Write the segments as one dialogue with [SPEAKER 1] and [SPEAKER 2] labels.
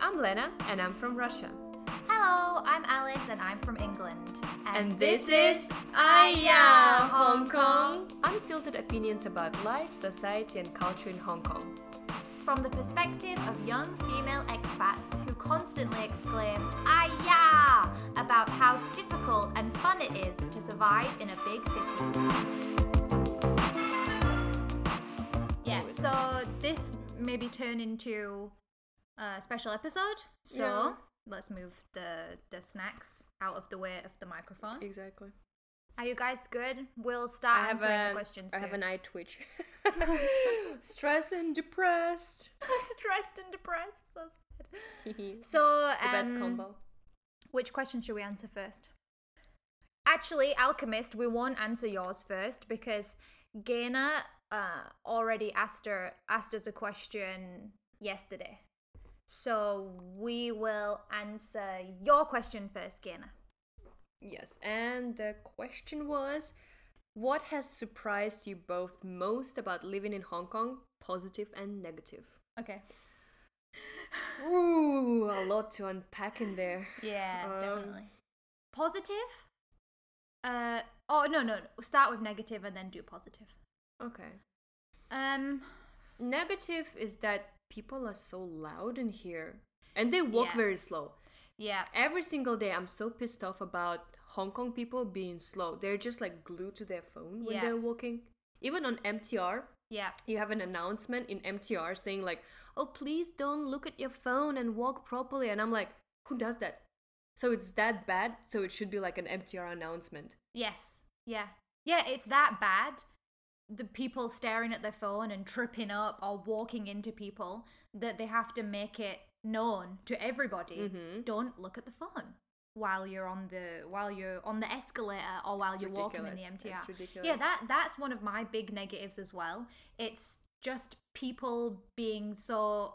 [SPEAKER 1] I'm Lena, and I'm from Russia.
[SPEAKER 2] Hello, I'm Alice and I'm from England.
[SPEAKER 1] And this is Aya Hong Kong! Unfiltered opinions about life, society, and culture in Hong Kong.
[SPEAKER 2] from the perspective of young female expats who constantly exclaim, Aya! about how difficult and fun it is to survive in a big city. Yeah, so this may be turned into a special episode. So
[SPEAKER 1] Yeah.
[SPEAKER 2] let's move the, the snacks out of the way of the microphone.
[SPEAKER 1] Exactly.
[SPEAKER 2] Are you guys good? We'll start answering the questions
[SPEAKER 1] I
[SPEAKER 2] soon.
[SPEAKER 1] have an eye twitch. Stressed and depressed.
[SPEAKER 2] Stressed and depressed. So, sad.
[SPEAKER 1] the
[SPEAKER 2] so um,
[SPEAKER 1] best combo.
[SPEAKER 2] Which question should we answer first? Actually, Alchemist, we won't answer yours first because Gaina uh, already asked her asked us a question yesterday. So we will answer your question first, Gaina.
[SPEAKER 1] Yes, and the question was what has surprised you both most about living in Hong Kong, positive and negative?
[SPEAKER 2] Okay.
[SPEAKER 1] Ooh, a lot to unpack in there.
[SPEAKER 2] Yeah,
[SPEAKER 1] Um,
[SPEAKER 2] definitely. Positive? Uh oh no no. Start with negative and then do positive.
[SPEAKER 1] Okay.
[SPEAKER 2] Um
[SPEAKER 1] Negative is that people are so loud in here and they walk
[SPEAKER 2] Yeah.
[SPEAKER 1] very slow.
[SPEAKER 2] yeah.
[SPEAKER 1] Every single day, I'm so pissed off about Hong Kong people being slow. They're just like glued to their phone when
[SPEAKER 2] Yeah.
[SPEAKER 1] they're walking. Even on MTR,
[SPEAKER 2] Yeah.
[SPEAKER 1] you have an announcement in MTR saying, like, oh, please don't look at your phone and walk properly. And I'm like, who does that? So it's that bad. So it should be like an MTR announcement.
[SPEAKER 2] Yes. Yeah. Yeah, it's that bad. The people staring at their phone and tripping up or walking into people that they have to make it known to everybody.
[SPEAKER 1] Mm-hmm.
[SPEAKER 2] Don't look at the phone while you're on the while you're on the escalator or while
[SPEAKER 1] It's
[SPEAKER 2] you're walking in
[SPEAKER 1] ridiculous.
[SPEAKER 2] the MTR.
[SPEAKER 1] It's ridiculous.
[SPEAKER 2] Yeah, that that's one of my big negatives as well. It's just people being so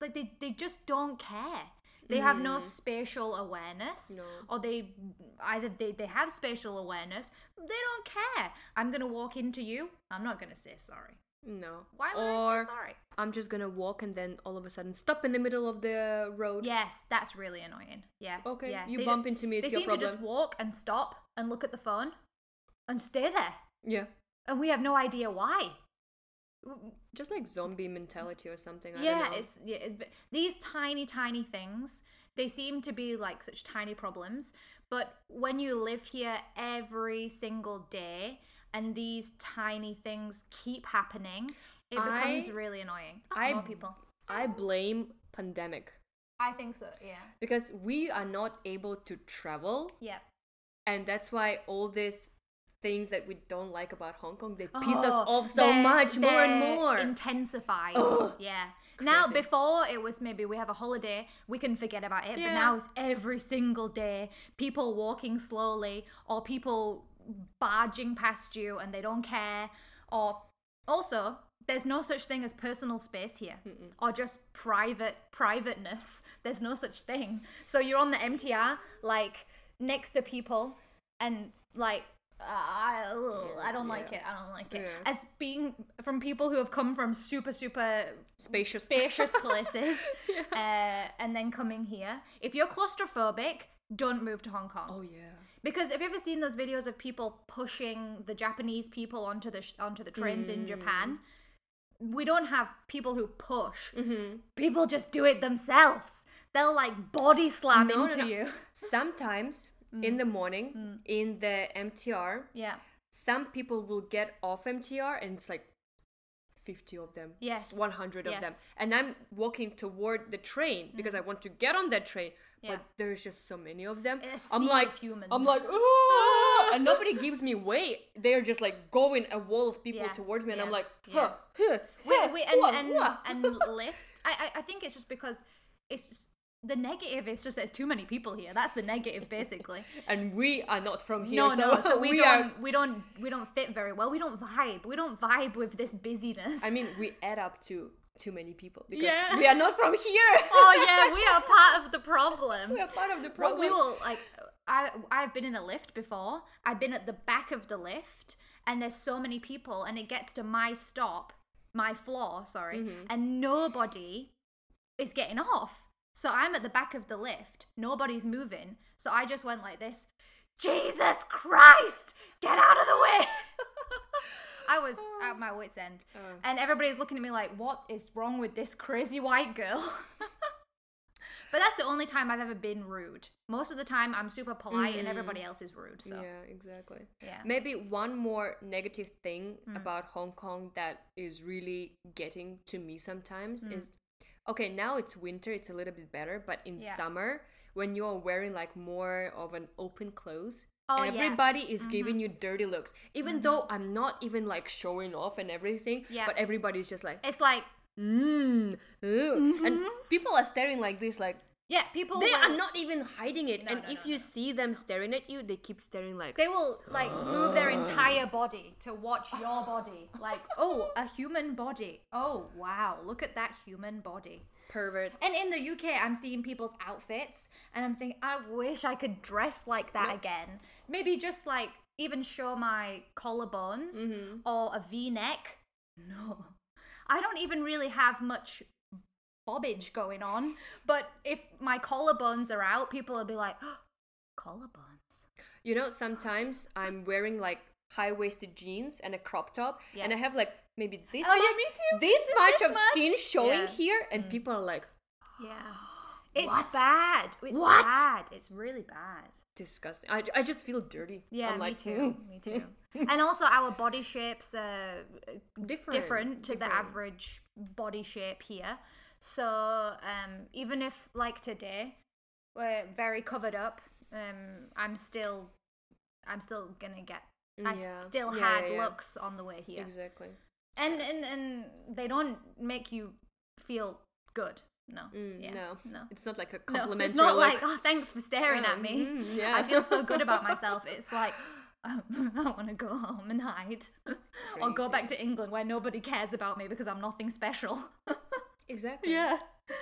[SPEAKER 2] like they, they just don't care they have no spatial awareness
[SPEAKER 1] Mm. No.
[SPEAKER 2] or they either they, they have spatial awareness they don't care i'm gonna walk into you i'm not gonna say sorry
[SPEAKER 1] No.
[SPEAKER 2] why would i
[SPEAKER 1] Or-
[SPEAKER 2] say sorry
[SPEAKER 1] I'm just gonna walk and then all of a sudden stop in the middle of the road.
[SPEAKER 2] yes that's really annoying yeah
[SPEAKER 1] Okay,
[SPEAKER 2] yeah.
[SPEAKER 1] you
[SPEAKER 2] They
[SPEAKER 1] bump
[SPEAKER 2] ju-
[SPEAKER 1] into me, it's
[SPEAKER 2] they
[SPEAKER 1] your
[SPEAKER 2] seem to just
[SPEAKER 1] problem.
[SPEAKER 2] walk and stop and look at the phone and stay there
[SPEAKER 1] Yeah.
[SPEAKER 2] and we have no idea why
[SPEAKER 1] Just like zombie mentality or something. I
[SPEAKER 2] yeah
[SPEAKER 1] don't know.
[SPEAKER 2] it's yeah, it, these tiny tiny things they seem to be like such tiny problems but when you live here every single day and these tiny things keep happening it becomes
[SPEAKER 1] I-
[SPEAKER 2] really annoying
[SPEAKER 1] I-
[SPEAKER 2] more people
[SPEAKER 1] I blame pandemic
[SPEAKER 2] i think so yeah
[SPEAKER 1] because we are not able to travel,
[SPEAKER 2] yeah
[SPEAKER 1] and that's why all these things that we don't like about Hong Kong they piss us
[SPEAKER 2] Oh,
[SPEAKER 1] off so
[SPEAKER 2] they're-
[SPEAKER 1] much more and
[SPEAKER 2] they're
[SPEAKER 1] more.
[SPEAKER 2] intensified
[SPEAKER 1] Ugh.
[SPEAKER 2] yeah now
[SPEAKER 1] Crazy.
[SPEAKER 2] before it was maybe we have a holiday we can forget about it
[SPEAKER 1] Yeah.
[SPEAKER 2] but now it's every single day people walking slowly or people barging past you and they don't care or also there's no such thing as personal space here or just private privateness there's no such thing so you're on the mtr like next to people and like uh, I, ugh, I don't like
[SPEAKER 1] yeah.
[SPEAKER 2] it. I don't like it.
[SPEAKER 1] Yeah.
[SPEAKER 2] As being from people who have come from super, super
[SPEAKER 1] spacious.
[SPEAKER 2] spacious places uh, and then coming here. If you're claustrophobic, don't move to Hong Kong.
[SPEAKER 1] oh yeah.
[SPEAKER 2] Because have you ever seen those videos of people pushing the Japanese people onto the sh- onto the trains in Japan?
[SPEAKER 1] Mm.
[SPEAKER 2] We don't have people who push.
[SPEAKER 1] Mm-hmm.
[SPEAKER 2] People just do it themselves. They'll like body slam
[SPEAKER 1] No, no,
[SPEAKER 2] into
[SPEAKER 1] no.
[SPEAKER 2] you.
[SPEAKER 1] Sometimes in
[SPEAKER 2] Mm.
[SPEAKER 1] the morning in the MTR,
[SPEAKER 2] Yeah.
[SPEAKER 1] some people will get off MTR and it's like 50 of them.
[SPEAKER 2] Yes.
[SPEAKER 1] 100 of
[SPEAKER 2] Yes. Mm-hmm.
[SPEAKER 1] them. And I'm walking toward the train because I want to get on that train.
[SPEAKER 2] Yeah.
[SPEAKER 1] But there's just so many of them.
[SPEAKER 2] A sea
[SPEAKER 1] I'm like,
[SPEAKER 2] of humans.
[SPEAKER 1] I'm like, "Ah," and nobody gives me way. They're just like going a wall of people
[SPEAKER 2] Yeah.
[SPEAKER 1] towards me, and I'm
[SPEAKER 2] Yeah.
[SPEAKER 1] like,
[SPEAKER 2] Yeah.
[SPEAKER 1] huh, huh, huh,
[SPEAKER 2] Wait, wait, and
[SPEAKER 1] wah,
[SPEAKER 2] and,
[SPEAKER 1] wah."
[SPEAKER 2] and lift. I, I I think it's just because it's just, the negative. It's just there's too many people here. That's the negative, basically.
[SPEAKER 1] And we are not from here.
[SPEAKER 2] no,
[SPEAKER 1] so
[SPEAKER 2] no. So we,
[SPEAKER 1] are-
[SPEAKER 2] don't we don't we don't fit very well. We don't vibe. We don't vibe with this busyness.
[SPEAKER 1] I mean, we add up to too many people because
[SPEAKER 2] Yeah.
[SPEAKER 1] we are not from here.
[SPEAKER 2] oh yeah, we are part of the problem.
[SPEAKER 1] we are part of the
[SPEAKER 2] Well,
[SPEAKER 1] problem.
[SPEAKER 2] we will like I I've been in a lift before. I've been at the back of the lift and there's so many people and it gets to my
[SPEAKER 1] Mm-hmm.
[SPEAKER 2] stop, my floor, sorry, and nobody is getting off. So I'm at the back of the lift. Nobody's moving. So I just went like this Jesus Christ! Get out of the way! Oh. I was at my wits' end. And everybody's looking at me like, what is wrong with this crazy white girl? but that's the only time I've ever been rude. Most of the time, I'm super polite and everybody else is rude. So,
[SPEAKER 1] Yeah, exactly.
[SPEAKER 2] Yeah. Mm.
[SPEAKER 1] Maybe one more negative thing about Hong Kong that is really getting to me sometimes
[SPEAKER 2] Mm.
[SPEAKER 1] is okay, now it's winter, it's a little bit better, but in
[SPEAKER 2] Yeah.
[SPEAKER 1] summer, when you're wearing like more of an open clothes,
[SPEAKER 2] Oh, yeah. Mm-hmm.
[SPEAKER 1] everybody is giving you dirty looks. Even though I'm not even like showing off and everything,
[SPEAKER 2] Yeah. Eh,
[SPEAKER 1] but everybody's just like,
[SPEAKER 2] it's like,
[SPEAKER 1] mm, ew." and
[SPEAKER 2] mm-hmm.
[SPEAKER 1] people are staring like this, like,
[SPEAKER 2] yeah, people.
[SPEAKER 1] they
[SPEAKER 2] will,
[SPEAKER 1] are not even hiding it.
[SPEAKER 2] No,
[SPEAKER 1] and
[SPEAKER 2] no,
[SPEAKER 1] if
[SPEAKER 2] no,
[SPEAKER 1] you see them staring at you, they keep staring like,
[SPEAKER 2] They will like move their entire body to watch your body. Like, oh, a human body. Oh, wow, look at that human body.
[SPEAKER 1] perverts.
[SPEAKER 2] And in the UK, I'm seeing people's outfits and I'm thinking, I wish I could dress like that again. Maybe just like even show my collarbones
[SPEAKER 1] Mm-hmm.
[SPEAKER 2] or a v neck. No. I don't even really have much bobbage going on. But if my collarbones are out, people will be like, "Oh, collarbones.
[SPEAKER 1] you know, sometimes I'm wearing like high waisted jeans and a crop top,
[SPEAKER 2] Yeah.
[SPEAKER 1] and I have like maybe this
[SPEAKER 2] Oh, yeah,
[SPEAKER 1] much,
[SPEAKER 2] me too.
[SPEAKER 1] this
[SPEAKER 2] This
[SPEAKER 1] much of
[SPEAKER 2] much.
[SPEAKER 1] skin showing
[SPEAKER 2] Yeah. Mm.
[SPEAKER 1] here, and people are like,
[SPEAKER 2] Yeah. It's
[SPEAKER 1] What?
[SPEAKER 2] bad. It's
[SPEAKER 1] What?
[SPEAKER 2] bad. It's really bad.
[SPEAKER 1] disgusting. I, I just feel dirty.
[SPEAKER 2] Yeah,
[SPEAKER 1] I'm
[SPEAKER 2] me
[SPEAKER 1] like,
[SPEAKER 2] too.
[SPEAKER 1] "Mm,
[SPEAKER 2] Me too. and also, our body shapes are
[SPEAKER 1] different,
[SPEAKER 2] different to the
[SPEAKER 1] different."
[SPEAKER 2] average body shape here. So um, even if, like today, we're very covered up, um, I'm still, I'm still gonna get. I s-
[SPEAKER 1] Yeah.
[SPEAKER 2] still
[SPEAKER 1] Yeah,
[SPEAKER 2] had
[SPEAKER 1] yeah, yeah.
[SPEAKER 2] looks on the way here,
[SPEAKER 1] Exactly.
[SPEAKER 2] and and and they don't make you feel good. No.
[SPEAKER 1] Mm,
[SPEAKER 2] yeah.
[SPEAKER 1] No,
[SPEAKER 2] No.
[SPEAKER 1] it's not like a
[SPEAKER 2] No,
[SPEAKER 1] complimentary.
[SPEAKER 2] it's not
[SPEAKER 1] look.
[SPEAKER 2] like, oh, thanks for staring
[SPEAKER 1] Oh,
[SPEAKER 2] at me.
[SPEAKER 1] mm, yeah.
[SPEAKER 2] I feel so good about myself. It's like, oh, I want to go home and hide. or go back to England where nobody cares about me because I'm nothing special.
[SPEAKER 1] exactly.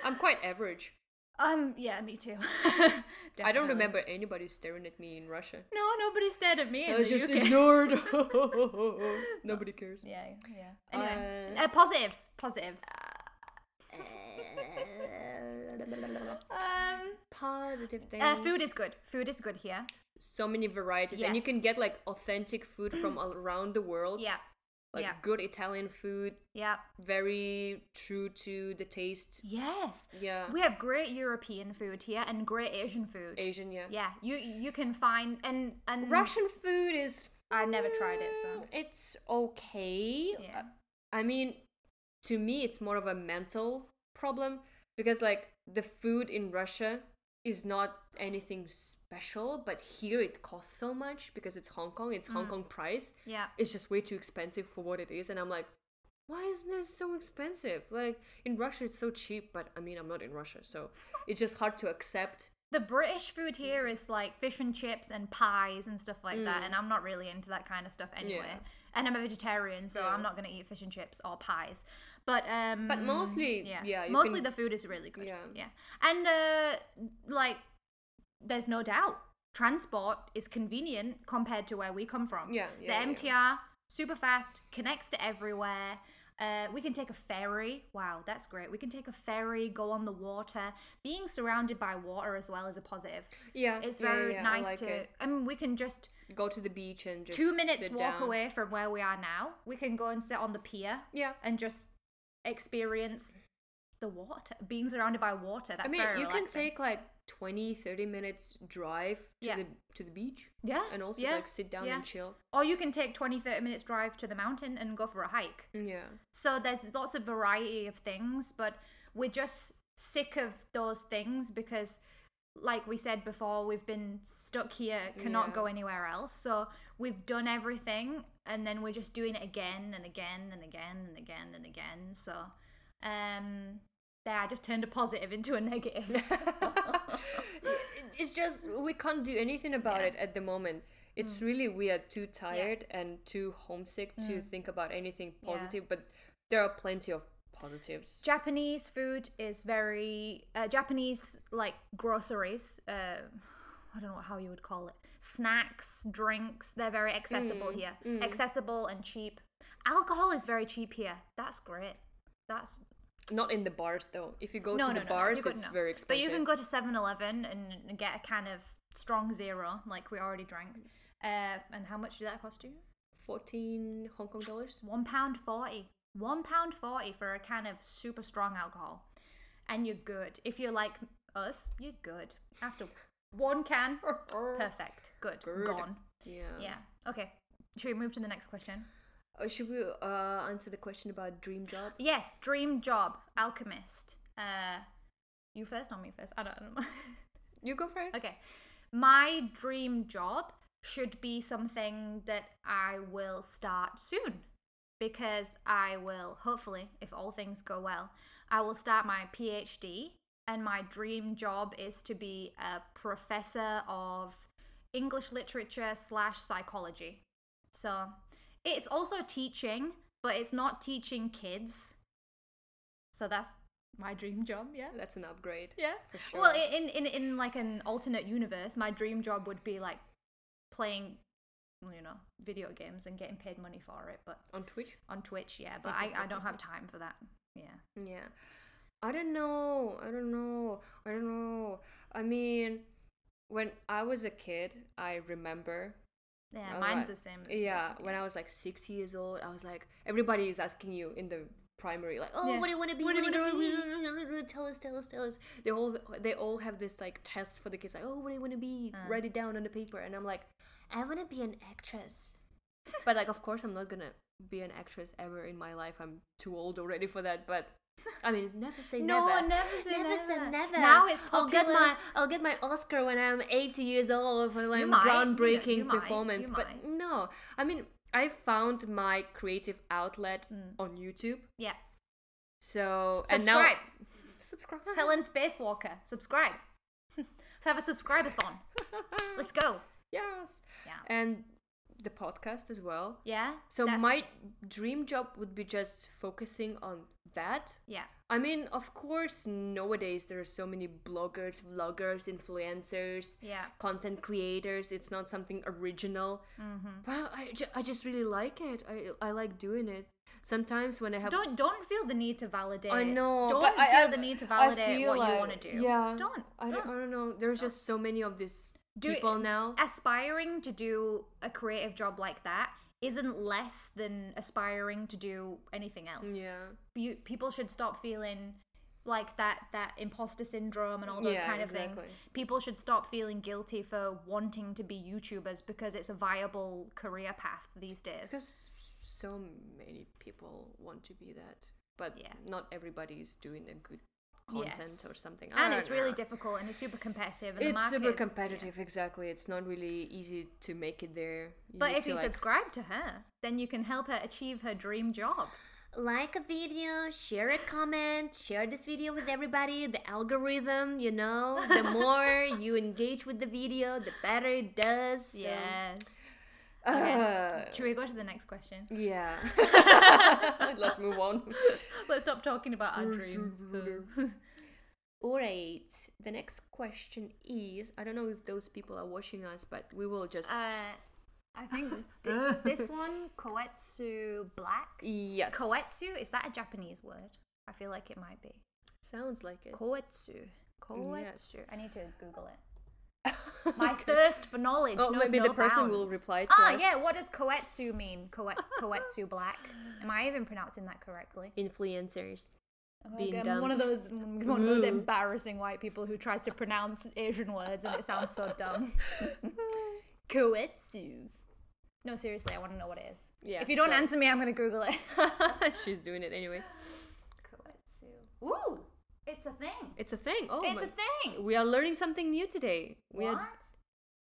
[SPEAKER 1] I'm quite average.
[SPEAKER 2] Um, yeah, me too.
[SPEAKER 1] I don't
[SPEAKER 2] Definitely.
[SPEAKER 1] remember anybody staring at me in Russia.
[SPEAKER 2] No, nobody stared at me.
[SPEAKER 1] I
[SPEAKER 2] in
[SPEAKER 1] was
[SPEAKER 2] the
[SPEAKER 1] just
[SPEAKER 2] UK.
[SPEAKER 1] ignored. Nobody cares.
[SPEAKER 2] Yeah, yeah. Anyway, uh, positives, positives. Um,
[SPEAKER 1] Positive things.
[SPEAKER 2] uh, food is good. Food is good here.
[SPEAKER 1] so many varieties, and you can
[SPEAKER 2] Yes.
[SPEAKER 1] get like authentic food from all around the world.
[SPEAKER 2] Yeah,
[SPEAKER 1] like
[SPEAKER 2] yeah.
[SPEAKER 1] good Italian food,
[SPEAKER 2] yeah.
[SPEAKER 1] very true to the taste.
[SPEAKER 2] Yes.
[SPEAKER 1] Yeah.
[SPEAKER 2] We have great European food here and great Asian food.
[SPEAKER 1] Asian, yeah.
[SPEAKER 2] Yeah, you you can find and and
[SPEAKER 1] Russian food is.
[SPEAKER 2] I've never tried it, so
[SPEAKER 1] Mm, it's okay.
[SPEAKER 2] yeah.
[SPEAKER 1] I mean, to me, it's more of a mental problem because, like, the food in Russia is not anything special, but here it costs so much because it's Hong Kong, it's
[SPEAKER 2] Mm.
[SPEAKER 1] Hong Kong price.
[SPEAKER 2] Yeah.
[SPEAKER 1] It's just way too expensive for what it is. And I'm like, why is this so expensive? Like, in Russia, it's so cheap, but I mean, I'm not in Russia, so it's just hard to accept.
[SPEAKER 2] The British food here is like fish and chips and pies and stuff like that, and I'm not really into that kind of stuff anyway.
[SPEAKER 1] Mm. Yeah.
[SPEAKER 2] And I'm a vegetarian, so
[SPEAKER 1] Yeah.
[SPEAKER 2] I'm not gonna eat fish and chips or pies. But um
[SPEAKER 1] But mostly,
[SPEAKER 2] yeah,
[SPEAKER 1] yeah, you
[SPEAKER 2] mostly
[SPEAKER 1] can-
[SPEAKER 2] the food is really good.
[SPEAKER 1] Yeah.
[SPEAKER 2] yeah. And uh like there's no doubt transport is convenient compared to where we come from.
[SPEAKER 1] Yeah, yeah, yeah.
[SPEAKER 2] the MTR super fast, connects to everywhere. Uh, we can take a ferry. Wow, that's great. We can take a ferry, go on the water. Being surrounded by water as well is a positive.
[SPEAKER 1] Yeah,
[SPEAKER 2] It's
[SPEAKER 1] yeah,
[SPEAKER 2] very
[SPEAKER 1] yeah, I
[SPEAKER 2] nice
[SPEAKER 1] like
[SPEAKER 2] to.
[SPEAKER 1] it.
[SPEAKER 2] I mean, we can just
[SPEAKER 1] go to the beach and just
[SPEAKER 2] two minutes
[SPEAKER 1] sit
[SPEAKER 2] walk
[SPEAKER 1] down.
[SPEAKER 2] away from where we are now. We can go and sit on the pier
[SPEAKER 1] Yeah,
[SPEAKER 2] and just experience the water. Being surrounded by water. That's
[SPEAKER 1] I mean,
[SPEAKER 2] very
[SPEAKER 1] you can
[SPEAKER 2] relaxing.
[SPEAKER 1] take like 20, 30 minutes drive to
[SPEAKER 2] Yeah.
[SPEAKER 1] the to the beach.
[SPEAKER 2] yeah,
[SPEAKER 1] and also
[SPEAKER 2] yeah,
[SPEAKER 1] like sit down
[SPEAKER 2] yeah.
[SPEAKER 1] and chill.
[SPEAKER 2] Or you can take 20, 30 minutes drive to the mountain and go for a hike.
[SPEAKER 1] Yeah.
[SPEAKER 2] So there's lots of variety of things, but we're just sick of those things because, like we said before, we've been stuck here, cannot
[SPEAKER 1] Yeah.
[SPEAKER 2] go anywhere else. So we've done everything, and then we're just doing it again and again and again and again and again. So, um, there, I just turned a positive into a negative.
[SPEAKER 1] It's just we can't do anything about it at the moment.
[SPEAKER 2] Mm.
[SPEAKER 1] It's really we are too tired and too homesick to think about anything
[SPEAKER 2] Mm. Yeah.
[SPEAKER 1] positive, but there are plenty of positives.
[SPEAKER 2] Japanese food is very uh, Japanese like groceries. Uh, I don't know how you would call it. Snacks, drinks. They're very
[SPEAKER 1] Mm,
[SPEAKER 2] accessible here. Accessible and cheap. Alcohol is very cheap here. That's great. That's
[SPEAKER 1] Not in the bars though. If you go
[SPEAKER 2] no,
[SPEAKER 1] to
[SPEAKER 2] no,
[SPEAKER 1] the
[SPEAKER 2] no,
[SPEAKER 1] bars,
[SPEAKER 2] no. You're good
[SPEAKER 1] it's
[SPEAKER 2] enough.
[SPEAKER 1] very expensive.
[SPEAKER 2] But you can go to 7-Eleven and get a can of strong zero, like we already drank.
[SPEAKER 1] Mm.
[SPEAKER 2] Uh, and how much did that cost you?
[SPEAKER 1] fourteen Hong Kong dollars.
[SPEAKER 2] One pound forty. One pound forty for a can of super strong alcohol, and you're good. If you're like us, you're good. After one can, perfect, good,
[SPEAKER 1] Good.
[SPEAKER 2] gone.
[SPEAKER 1] Yeah.
[SPEAKER 2] Yeah. Okay. Should we move to the next question?
[SPEAKER 1] Uh, should we uh, answer the question about dream job?
[SPEAKER 2] Yes. Dream job, alchemist. Uh, you first or me first? I don't, I don't know.
[SPEAKER 1] You go for it.
[SPEAKER 2] Okay. My dream job should be something that I will start soon because I will, hopefully, if all things go well, I will start my PhD. And my dream job is to be a professor of English literature slash psychology. So it's also teaching, but it's not teaching kids. So that's my dream job, yeah.
[SPEAKER 1] That's an upgrade.
[SPEAKER 2] Yeah.
[SPEAKER 1] For
[SPEAKER 2] Well,
[SPEAKER 1] sure.
[SPEAKER 2] i- in, in in like an alternate universe, my dream job would be like playing, well, you know, video games and getting paid money for it. But
[SPEAKER 1] On Twitch.
[SPEAKER 2] on Twitch, yeah. But I, I don't have time for that. Yeah.
[SPEAKER 1] Yeah. I don't know. I don't know. I don't know. I mean, when I was a kid, I remember
[SPEAKER 2] Yeah.
[SPEAKER 1] All right.
[SPEAKER 2] mine's the same. as-
[SPEAKER 1] Yeah, when I was like six years old, I was like, everybody is asking you in the primary, like, oh,
[SPEAKER 2] Yeah.
[SPEAKER 1] what do you want to be?
[SPEAKER 2] What do you
[SPEAKER 1] wanna
[SPEAKER 2] wanna
[SPEAKER 1] be? Tell us, tell us, tell us. They all they all have this like test for the kids, like, oh, what do you want to be?
[SPEAKER 2] Uh.
[SPEAKER 1] Write it down on the paper, and I'm like, I want to be an actress. but like, of course, I'm not gonna be an actress ever in my life. I'm too old already for that. But I mean, it's never say
[SPEAKER 2] No,
[SPEAKER 1] never.
[SPEAKER 2] never say
[SPEAKER 1] Never say
[SPEAKER 2] never.
[SPEAKER 1] never.
[SPEAKER 2] Now it's
[SPEAKER 1] I'll get
[SPEAKER 2] popular.
[SPEAKER 1] my I'll get my Oscar when I'm 80 years old for like
[SPEAKER 2] You might, you know,
[SPEAKER 1] groundbreaking
[SPEAKER 2] you might, you
[SPEAKER 1] performance.
[SPEAKER 2] might.
[SPEAKER 1] But no, I mean I found my creative outlet
[SPEAKER 2] Mm.
[SPEAKER 1] on YouTube.
[SPEAKER 2] Yeah.
[SPEAKER 1] So and
[SPEAKER 2] Subscribe.
[SPEAKER 1] now subscribe.
[SPEAKER 2] Helen Spacewalker. Subscribe. Let's have a subscribe-a-thon. Let's go.
[SPEAKER 1] yes.
[SPEAKER 2] Yeah.
[SPEAKER 1] And the podcast as well.
[SPEAKER 2] Yeah.
[SPEAKER 1] So
[SPEAKER 2] That's-
[SPEAKER 1] my dream job would be just focusing on that
[SPEAKER 2] Yeah.
[SPEAKER 1] I mean, of course, nowadays there are so many bloggers, vloggers, influencers,
[SPEAKER 2] Yeah.
[SPEAKER 1] content creators. It's not something original.
[SPEAKER 2] Mm-hmm.
[SPEAKER 1] Wow, I, ju- I just really like it. I, I like doing it. Sometimes when I have.
[SPEAKER 2] Don't don't feel the need to validate.
[SPEAKER 1] I know.
[SPEAKER 2] Don't
[SPEAKER 1] but
[SPEAKER 2] feel
[SPEAKER 1] I- I-
[SPEAKER 2] the need to
[SPEAKER 1] I
[SPEAKER 2] validate
[SPEAKER 1] feel
[SPEAKER 2] what you
[SPEAKER 1] like-
[SPEAKER 2] want to do.
[SPEAKER 1] Yeah.
[SPEAKER 2] Don't.
[SPEAKER 1] I don't, I don't know. There's just so many of these
[SPEAKER 2] Do-
[SPEAKER 1] people now.
[SPEAKER 2] aspiring to do a creative job like that isn't less than aspiring to do anything else.
[SPEAKER 1] Yeah.
[SPEAKER 2] You, people should stop feeling like that that imposter syndrome and all those
[SPEAKER 1] Yeah,
[SPEAKER 2] kind of things.
[SPEAKER 1] exactly.
[SPEAKER 2] People should stop feeling guilty for wanting to be YouTubers because it's a viable career path these days.
[SPEAKER 1] Because so many people want to be that. But
[SPEAKER 2] Yeah.
[SPEAKER 1] not everybody is doing a good content
[SPEAKER 2] Yes.
[SPEAKER 1] or something. I
[SPEAKER 2] and
[SPEAKER 1] don't
[SPEAKER 2] it's really
[SPEAKER 1] know.
[SPEAKER 2] difficult and it's super competitive and the
[SPEAKER 1] it's
[SPEAKER 2] market
[SPEAKER 1] super
[SPEAKER 2] is- yeah.
[SPEAKER 1] competitive exactly it's not really easy to make it there You
[SPEAKER 2] But
[SPEAKER 1] need
[SPEAKER 2] if
[SPEAKER 1] to,
[SPEAKER 2] you
[SPEAKER 1] like,
[SPEAKER 2] subscribe to her, then you can help her achieve her dream job.
[SPEAKER 1] like a video share a comment share this video with everybody the algorithm you know the more you engage with the video the better it does so-
[SPEAKER 2] Yes.
[SPEAKER 1] Uh,
[SPEAKER 2] Should we go to the next question?
[SPEAKER 1] yeah let's move on
[SPEAKER 2] Let's stop talking about our dreams.
[SPEAKER 1] all right the next question is i don't know if those people are watching us but we will just
[SPEAKER 2] uh, I think th- this one, Koetsu Black.
[SPEAKER 1] yes
[SPEAKER 2] Koetsu, is that a Japanese word? I feel like it might be.
[SPEAKER 1] sounds like it
[SPEAKER 2] Koetsu. Koetsu.
[SPEAKER 1] Yes.
[SPEAKER 2] I need to Google it. My thirst for knowledge.
[SPEAKER 1] Oh,
[SPEAKER 2] knows
[SPEAKER 1] maybe
[SPEAKER 2] no
[SPEAKER 1] the person will
[SPEAKER 2] bounds.
[SPEAKER 1] reply to
[SPEAKER 2] Ah,
[SPEAKER 1] us.
[SPEAKER 2] yeah. What does Koetsu mean? Koe- Koetsu Black. Am I even pronouncing that correctly?
[SPEAKER 1] influencers
[SPEAKER 2] Oh,
[SPEAKER 1] Being
[SPEAKER 2] okay, I'm
[SPEAKER 1] dumb.
[SPEAKER 2] one of those one of those embarrassing white people who tries to pronounce Asian words and it sounds so dumb. Koetsu. No, seriously, I want to know what it is.
[SPEAKER 1] Yeah,
[SPEAKER 2] if you don't
[SPEAKER 1] so-
[SPEAKER 2] answer me, I'm gonna Google it.
[SPEAKER 1] she's doing it anyway
[SPEAKER 2] Koetsu. Ooh, it's a thing.
[SPEAKER 1] It's a thing. Oh,
[SPEAKER 2] it's
[SPEAKER 1] my-
[SPEAKER 2] a thing.
[SPEAKER 1] We are learning something new today. We
[SPEAKER 2] What?
[SPEAKER 1] Are,